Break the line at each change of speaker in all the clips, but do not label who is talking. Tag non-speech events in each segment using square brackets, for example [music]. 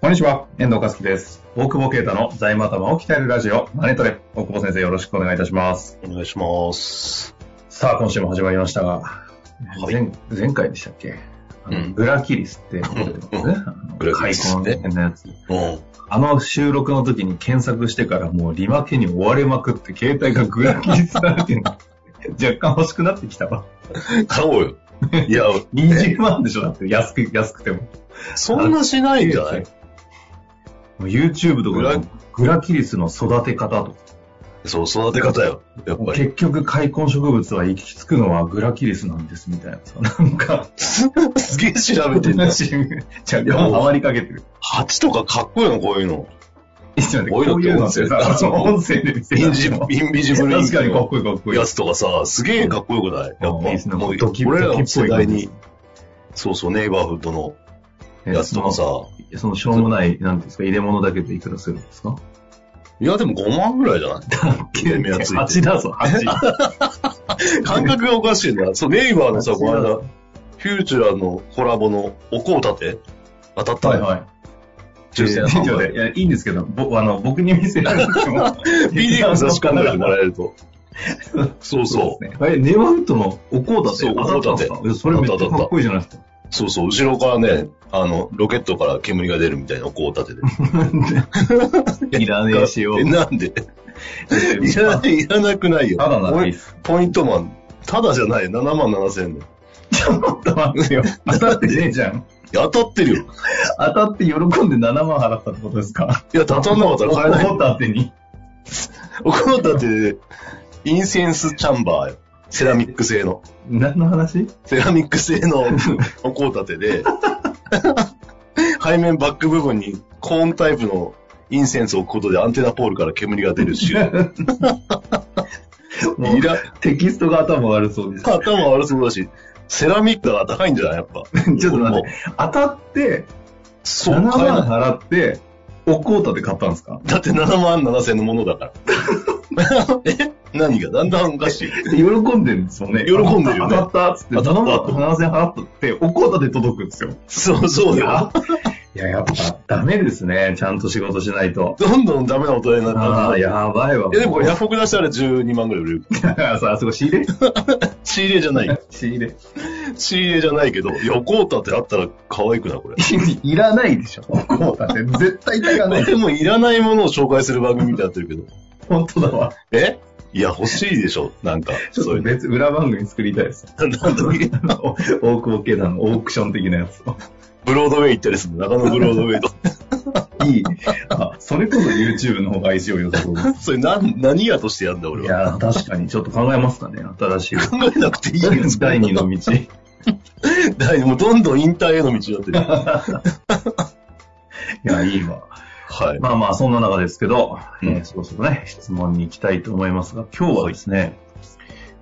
こんにちは、遠藤和樹です。大久保啓太の財務頭を鍛えるラジオ、マネトレ。大久保先生、よろしくお願いいたします。
お願いします。
さあ、今週も始まりましたが、
い
前前回でしたっけあの
うん
グラキリスって覚えてますね。
[laughs]
あ
グ
の
ラキリス
開口の変なやつ。
うん。
あの収録の時に検索してからもうリマけに追われまくって、携帯がグラキリスだらけに [laughs] 若干欲しくなってきたわ。[laughs]
買おうよ。いや、
20万でしょだって、安く、安くても。
そんなしないんじゃない
もう YouTube とかでもグラキリスの育て方とか。
そう、育て方よ。やっぱり。
結局、開墾植物は行き着くのはグラキリスなんですみたいなさ、なんか、
すげえ調べてんだ。
じゃあ、ハマりかけてる。
蜂とかかっこいいの、こういうの。
いやちょっと
こういうの
こういうのってさ、
音声
そう音声で見せ
イ
る
ンジインビジブルイン
確
ク
かにかっ
の
こいいかっこいい。
やつとかさ、すげえかっこよくないやっぱ、
うんいいっすね
もう
ドキ
俺ら
ドキっぽい感じ
の世代に、そうそう、ネイバーフッドのやつとかさ、
えその、そのしょうもない、なんていうんですか、入れ物だけでいくらするんですか
いや、でも5万ぐらいじゃない
8
目がついて
だぞ、8。
感覚がおかしいんだ。そう、ネイバーのさ、
蜂
こ
だ
の間、フューチュラーのコラボのお香立て当たったの
はい
よ
はい。
抽選販売
以上でいや、いいんですけど、ぼあの僕に見せられても。
PDF 差し込んでもらえると。
[laughs]
そ
そ
うそう
う。ですね。え、ネワフットのおこうだ
そう
当たったんです
お
か
香
いやそれめっちゃかっこいいじゃないですか。
そうそう。後ろからね、あの、ロケットから煙が出るみたいな、こう
[laughs]
立てて。
いらねえしよう
えなんでいらない、いらなくないよ。
ただならいいっす
ポイポイントマン、ただじゃない、7万7千円。
当たってよ。当たってねえじゃん。
当たってるよ。
当たって喜んで7万払ったってことですか
いや、当たんなかったら買え
[laughs]
ない。
おこうだてに。
おこう立て、インセンスチャンバーよ。セラミック製の。
何の話
セラミック製のお香立てで、背面バック部分にコーンタイプのインセンスを置くことでアンテナポールから煙が出るし、いら、
もうテキストが頭悪そうです。
頭悪そうだし、セラミックが高いんじゃないやっぱ。。
[laughs] ちょっと待って当たって、
そ
7
う、買え
万
な
払って、おこうだて買ったんですか
い。だって7万7千のものだから。 [laughs] え何がだんだんおかしい。
喜んでるんですよね。
喜んでるよね
当たったっつって、
当たった
7万7000払ったって、おこうだて届くんですよ。
そう、そう
い
だよ
や。、いややっぱダメですね。ちゃんと仕事しないと。
どんどんダメな大人にな
あ
っ
あ、
て。
やばいわ。
いや、でもこれヤフオク出したら12万ぐらい売れる。
[laughs] さあ、そこ仕入れ
仕入れじゃない。
仕入れ。
仕入れじゃないけど、横立てあったら可愛くないこ
[laughs]
れ。
いらないでしょ。おこうだて。絶対いらない。
でもいらないものを紹介する番組みたいになってるけ [laughs] ど。
[laughs] 本当だわ。
えいや、欲しいでしょなんか、
ちょっ
そうい
と
うの。
別、裏番組作りたい [laughs] です。
[laughs] なんと
あの大久保慶太のオークション的なやつを。
ブロードウェイ行ったりするの中野ブロードウ [laughs] ェイと。
いい。あ、それこそ YouTube の方が一応良さそうです。
それなん、何やとしてやんだ
い
俺は。
やー、確かに、ちょっと考えますかね。新 [laughs] しい。
考えなくていいよ。
第二の道。い
[laughs] 第二もうどんどん引退への道になってる。
や、いいわ。
はい。
まあまあ、そんな中ですけど、
うん
えーそろそろね、質問に行きたいと思いますが、今日はですね、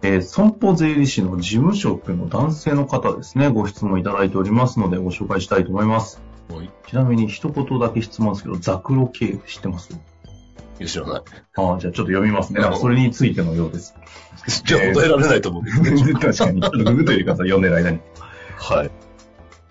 えー損保税理士の事務職の男性の方ですね、ご質問いただいておりますので、ご紹介したいと思います。
はい
ちなみに、一言だけ質問ですけど、ザクロ系知ってます
いや知らない。
ああ、じゃあちょっと読みますね。なんかそれについてのようです。
じゃあ答えられないと思うけ
[laughs]
ど。
確かに。ちょっとググっといてください、読んでる間に。
はい。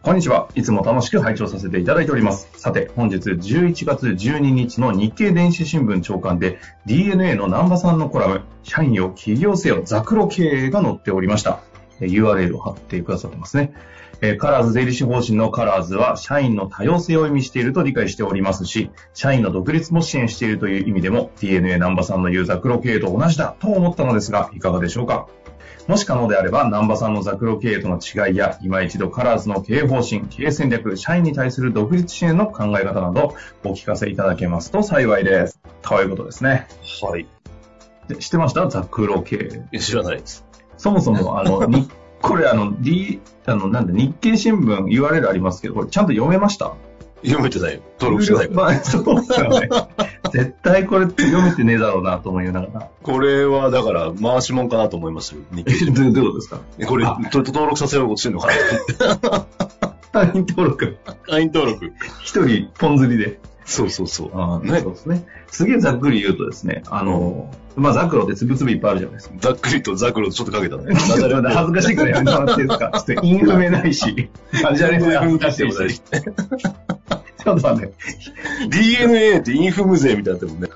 こんにちは。いつも楽しく拝聴させていただいております。さて、本日11月12日の日経電子新聞長官で DNA の南波さんのコラム、社員を起業せよザクロ経営が載っておりました。えー URL を貼ってくださってますね。えーカラーズ税理士方針のカラーズは社員の多様性を意味していると理解しておりますし、社員の独立も支援しているという意味でも DNA 南波さんの言うザクロ経営と同じだと思ったのですが、いかがでしょうかもし可能であれば、南波さんのザクロ経営との違いや、今一度カラーズの経営方針、経営戦略、社員に対する独立支援の考え方など、お聞かせいただけますと幸いです。ということですね。
はい。
で知ってましたザクロ経営。
いや知らないです。
そもそ [laughs] も、あの、に、これあの、D、あの、なんだ、日経新聞 URL ありますけど、これちゃんと読めました
読めてないよ。登録してないから。
まあ [laughs] そうですよね。絶対これって読めてねえだろうなと思いながら。
[laughs] これは、だから、回しもんかなと思いましたよ。 [laughs] 日経
え、
新聞
どういうことですか
えこれ、
あ
と登録させようとしてるのかな
会員登録。
会員登録。
一人、ポン釣りで。
そうそうそう。
あー
ね
そうですね。すげえざっくり言うとですね、あの、まあ、ザクロってつぶつぶいっぱいあるじゃないですか。
ざっくりとザクロとちょっとかけた
[laughs]
ね。
ちょっと恥ずかしいからやめてもらっていい [laughs] ですかちょっとインフメないし、ダジャレも恥ずかしい [laughs] し。ちょっと待って。
DNA ってインフム勢みたいになってるもんね。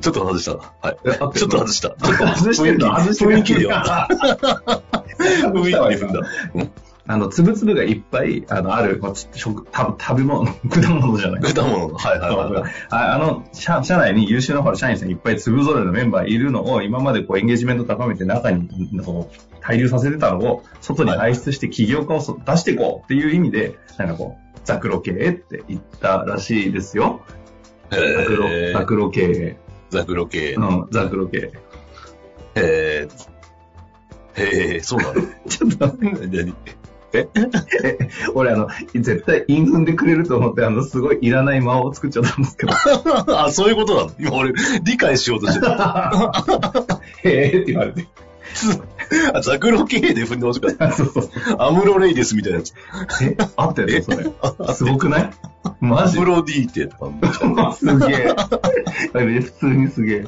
ちょっと外したな。はい。
ちょっ
ちょっと外した。
[laughs] 外してるの
雰
外
囲気
してる
雰囲気でよ。
雰
雰囲気 [laughs] で踏んだ。
あの、つぶつぶがいっぱい、あの、ある、こう食、食食べ物、 [laughs] 果物じゃない。
果物の。はいはいはいはい。
ああの社、社内に優秀なほら社員さんいっぱい粒ぞれのメンバーいるのを、今までこうエンゲージメント高めて中にこう滞留させてたのを、外に排出して起業家をそ出していこうっていう意味で、なんかこう、ザクロ系って言ったらしいですよ。ザクロ、
へ
ザ
ー
クロ系。
ザクロ系
う。ん、ザクロ系。
へえ。へえ、そうなの。
[laughs] ちょっと待って、
何 [laughs]
俺あの、絶対陰踏んでくれると思って、あの、すごいいらない間を作っちゃったんですけど、
あ、そういうことなの今俺、理解しようとして
[laughs]
た。
へーって言われて。
あザクロ系で踏んでほしかっ
あそうそう。
た。アムロレイデスみたいなやつ。
え、あったよね、それ。すごくないマ
ア
ジ
ムロディーテとか。
すげ
[laughs]
え。あれ普通にすげえ。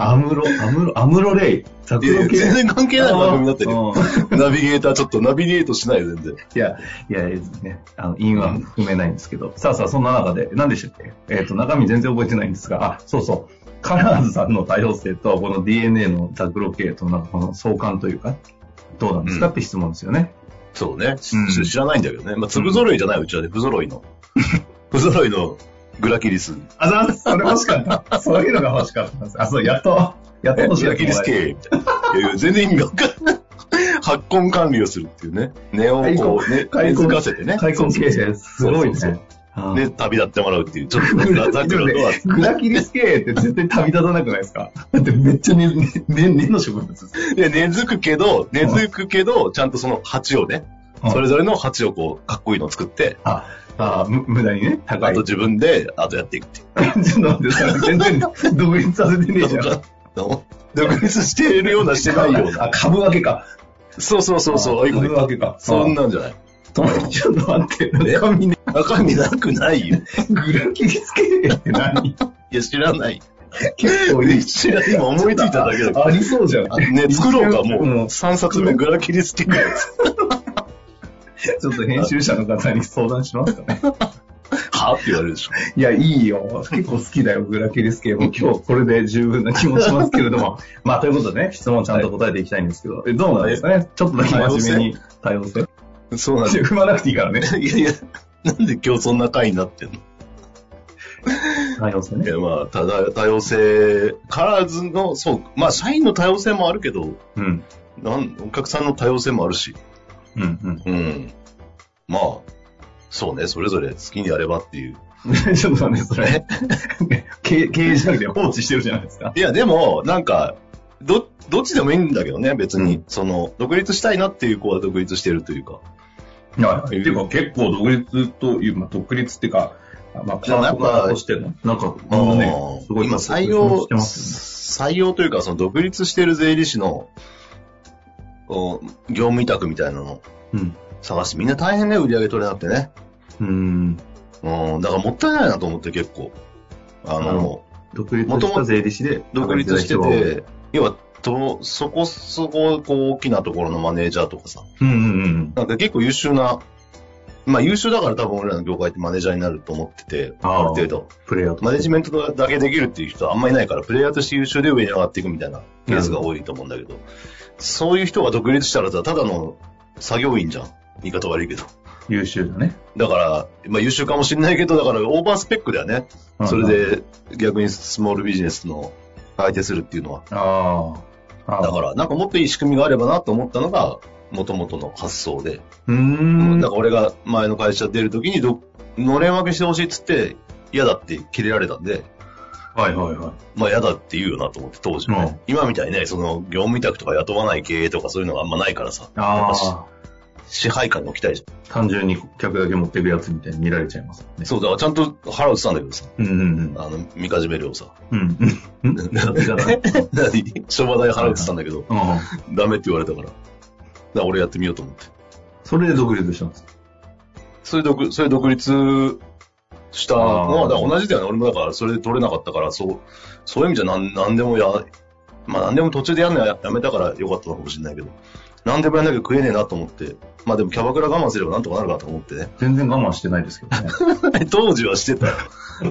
アムロ、アムロ、アムロレイ。ザク
いやい
ロ
や
系。
全然関係ない番組だったよ。
うん
ナビゲーターちょっとナビゲートしないよ、全然。
いや、いや、ね、あの、因は含めないんですけど。さあさあ、そんな中で、何でしたっけえっ、と、中身全然覚えてないんですが、あ、そうそう。カラーズさんの多様性と、この DNA のザクロ系と、なんかこの相関というか、どうなんですか、
うん
って質問ですよね。
そうね。
うん
知らないんだけどね。まあ、粒揃いじゃないうちはね、不揃いの。不揃いのグラキリス。
あ、そうそれ欲しかった。そういうのが欲しかったんです。あ、そう、やっと、やっと
え
欲し
グ
かった
ラキリス系みたいな。いやいや全然意味がわかんない。発根管理をするっていうね。根をこう、ね、根付かせてね。
開墾経営、すごいね。
そうそう
ああ
で、旅立ってもらうっていう。ちょっと、ザクロと [laughs] は。
グラキリス経営って絶対旅立たなくないですかだってめっちゃ根、根、根根の植物です。
で、根付くけど、根付くけど、ちゃんとその鉢をね
うん、
それぞれの鉢をこう、かっこいいのを作って、
あ、あ無無駄にね、
あ
高い。
と
ちょっ
自分で、あとやっていくっていう。
と待って、それ全然独立させてねえじゃん。
独立してるような、してないよう
あ、
な。
株分けか。
そうそうそうそう、ああいうこと
株分けか。
そんなんじゃない。
あ。ちょっと待
[laughs]
って、中身ね、
中身なくないよ。
グラキリス経営って何
いや、知らない。
結構いい。
[laughs] 知らない。今思いついただけだか
ありそうじゃん。
ら。ね、作ろうか、
うん
もう。3冊目、グラキリスティ [laughs] ックやつ。
ちょっと編集者の方に相談しますかね。
はって言われるでしょ。
いや、いいよ。結構好きだよ、グラキリス
[laughs]
系も。今日これで十分な気もしますけれども。まあ、ということでね、質問ちゃんと答えていきたいんですけど、えどうなんですかねちょっとだけ真面目に対応 [laughs] して。
そうなんだよ。
踏まなくていいからね。
[laughs] いやいや、なんで今日そんな回になってんの
対応して
い
ね。
や、まあ、ただ、多様性、カラーズの、そう、まあ、社員の多様性もあるけど、
[laughs] うん。
なんお客さんの多様性もあるし、
うん、
うん。まあ、そうね、それぞれ好きにやればっていう。
うん。 [laughs] ちょっと待って、それ。 [laughs] 経経営じゃなくて放置してるじゃないですか。
いや、でも、なんか、ど、どっちでもいいんだけどね、別に。
う
その、独立したいなっていう子は独立してるというか。
いや、っていうか結構独立という、まあ、独立っていうか、まあ、パ
じゃあ
ー
な
ト
ん
ナ
か
ーとしての、なんか、あのね、すごい
今、採
独立
用、
してますよね
採用というか、その、独立してる税理士の、こう業務委託みたいなの
うん。
探して、みんな大変ね、売り上げ取れなくてね。
うん。
うん、だからもったいないなと思って結構。あ
あ
の
の、独立した税理士で、
独立して
働いる人が多い
て、要は、と、そこそこ、こう、大きなところのマネージャーとかさ、
うんうんうん。
なんか結構優秀な、まあ優秀だから多分俺らの業界ってマネージャーになると思ってて、ある程度。
プレイヤーと
マネジメントだけできるっていう人はあんまりいないから、プレイヤーとして優秀で上に上がっていくみたいなケースが多いと思うんだけど、そういう人が独立したらさ、ただの作業員じゃん。言い方悪いけど。
優秀だね。
だから、まあ優秀かもしれないけど、だからオーバースペックだよね。それで逆にスモールビジネスの相手するっていうのは。
ああ。ああ。
だから、なんかもっといい仕組みがあればなと思ったのが、もともとの発想で。
うー
なん
ん。
か俺が前の会社出るときにど、のれん分けしてほしいっつって、嫌だって切れられたんで、
はいはいはい。
まあ嫌だって言うよなと思って当時はね、今みたいにね、その業務委託とか雇わない経営とかそういうのがあんまないからさ、
あ
やっ
あ、
ぱし支配下に置きたいじゃ
単純に客だけ持っていくやつみたいに見られちゃいますもん
ん。
ね。
そう、だからちゃんと払ってたんだけどさ、
うんうんうん。
あの、みかじめ料 [laughs] さ、
うんうん。 [laughs] うん。
何商売代払ってたんだけど、
うん
ダメって言われたから、だから俺やってみようと思って。
それで独立したんです。
それ独、それ独立したの
あー
は、だから同じだよね。俺もだから、それで取れなかったから、そう、そういう意味じゃなん、なんでもや、まあなんでも途中でやんのややめたからよかったのかもしれないけど、なんでもやんなきゃ食えねえなと思って、まあでもキャバクラ我慢すればなんとかなるかと思ってね。 [laughs]
全然我慢してないですけどね。
当時はして [laughs] たよ。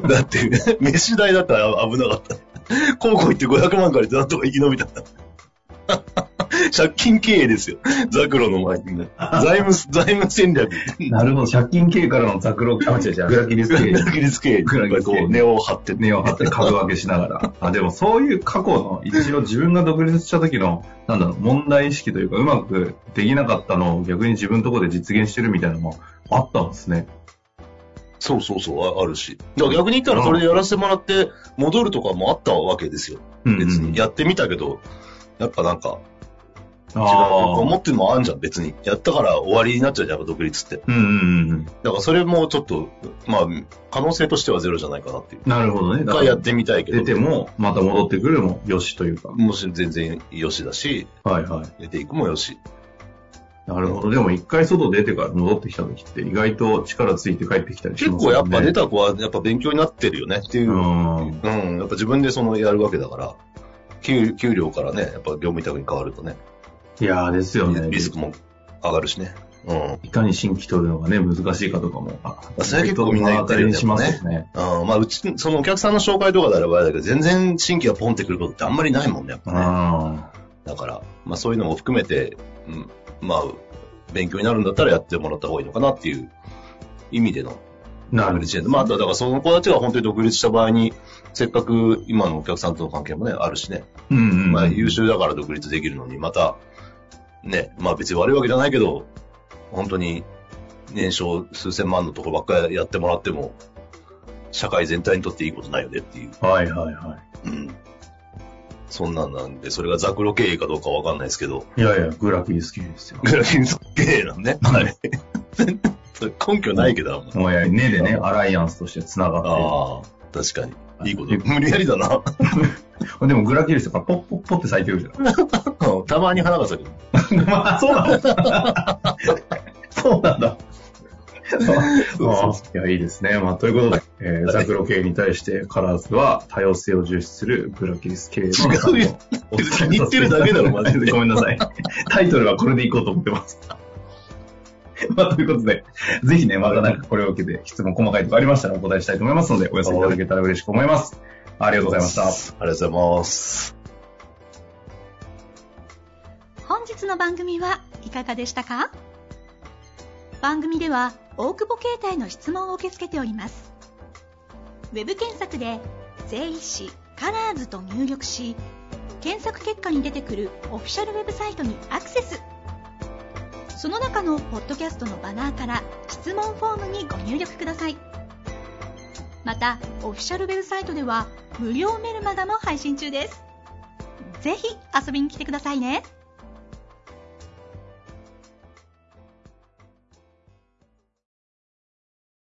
だって、飯代だったら危なかった。高校行って500万借りてなんとか生き延びた [laughs] んだ。借金経営ですよ。ザクロの前 [laughs] にね。財務、財務戦略。
[laughs] なるほど。借金経営からのザクロ、あ、違う違う。グラキリス経営に
独立経営。
グラキリス経営
こう、根を張ってね。
根を張って株分けしながら。あ、でもそういう過去の、一度自分が独立した時の、なんだろう、問題意識というか、うまくできなかったのを逆に自分のところで実現してるみたいなのもあったんですね。
そうそうそう、ああるし。だから逆に言ったらそれやらせてもらって戻るとかもあったわけですよ。
うん、
別
うん
に。やってみたけど、やっぱなんか、違う。思
ああ。
ってるのもあんじゃん、別に。やったから終わりになっちゃうじゃん、やっぱ独立って。
うんうんうん。
だからそれもちょっと、まあ、可能性としてはゼロじゃないかなっていう。
なるほどね。
一回やってみたいけど。
出ても、また戻ってくるもよしというか。
もし全然よしだし、
はいはい。
出ていくもよし。
なるほど。でも一回外出てから戻ってきた時って意外と力ついて帰ってきたりし
結
ますよ
構
ね。
やっぱ出た子はやっぱ勉強になってるよねっていうう。うん。
ん。
やっぱ自分でそのやるわけだから、給給料からね、やっぱ業務委託に変わるとね、
いやーですよね。
リスクも上がるしね。うん。
いかに新規取るのがね、難しいかとかも。あ
それは結構みんな言ってるよね
意外と目の当たりにしますよね。
あーまあ、うち、そのお客さんの紹介とかであればあれだけど、全然新規がポンってくることってあんまりないもんね、やっぱね。
あ
だから、まあそういうのも含めて、うん、まあ、勉強になるんだったらやってもらった方がいいのかなっていう意味での
ーな
独
る
立してまああとはだからその子たちが本当に独立した場合に、せっかく今のお客さんとの関係もね、あるしね、
うんうん。
まあ優秀だから独立できるのに、また、ね、まあ別に悪いわけじゃないけど、本当に年商数千万のとこばっかりやってもらっても、社会全体にとっていいことないよねっていう。
はいはいは
うん。そんなんなんで、それがザクロ経営かどうかわかんないですけど、
い。いやいや、グラフィー好きですよ。
グラフィンス経営なんね。 [laughs] はい。それ根拠ないけど、あんま
もうや、根でね、アライアンスとして繋がっ
ああ、確かに。いいこと。無理やりだな。
て。でもグラキリスとかポッポッポって咲いてるじゃ
[laughs] [laughs] たまに花が咲く。
ん。まあ、そうなんだ。 [laughs] そうなんだ。あーいや、いいですね。まあ、ということで、えー、ザクロ系に対してカラーズは多様性を重視するグラキリス系の
違うよ
お伝えさせいただきます
気に入ってるだけだろマ
[laughs]
ジで
ごめんなさい。タイトルはこれでいこうと思ってます。 [laughs] まあ、ということで、ぜひね、またなんかこれを受けて質問細かいとかありましたらお答えしたいと思いますので、お寄せいただけたら嬉しく思います。ありがとうございました。
ありがとうございます。
本日の番組はいかがでしたか番組では大久保携帯の質問を受け付けておりますウェブ検索で「税理士カラーズと入力し検索結果に出てくるオフィシャルウェブサイトにアクセスその中のポッドキャストのバナーから質問フォームにご入力くださいまたオフィシャルウェブサイトでは無料メルマガも配信中ですぜひ遊びに来てくださいね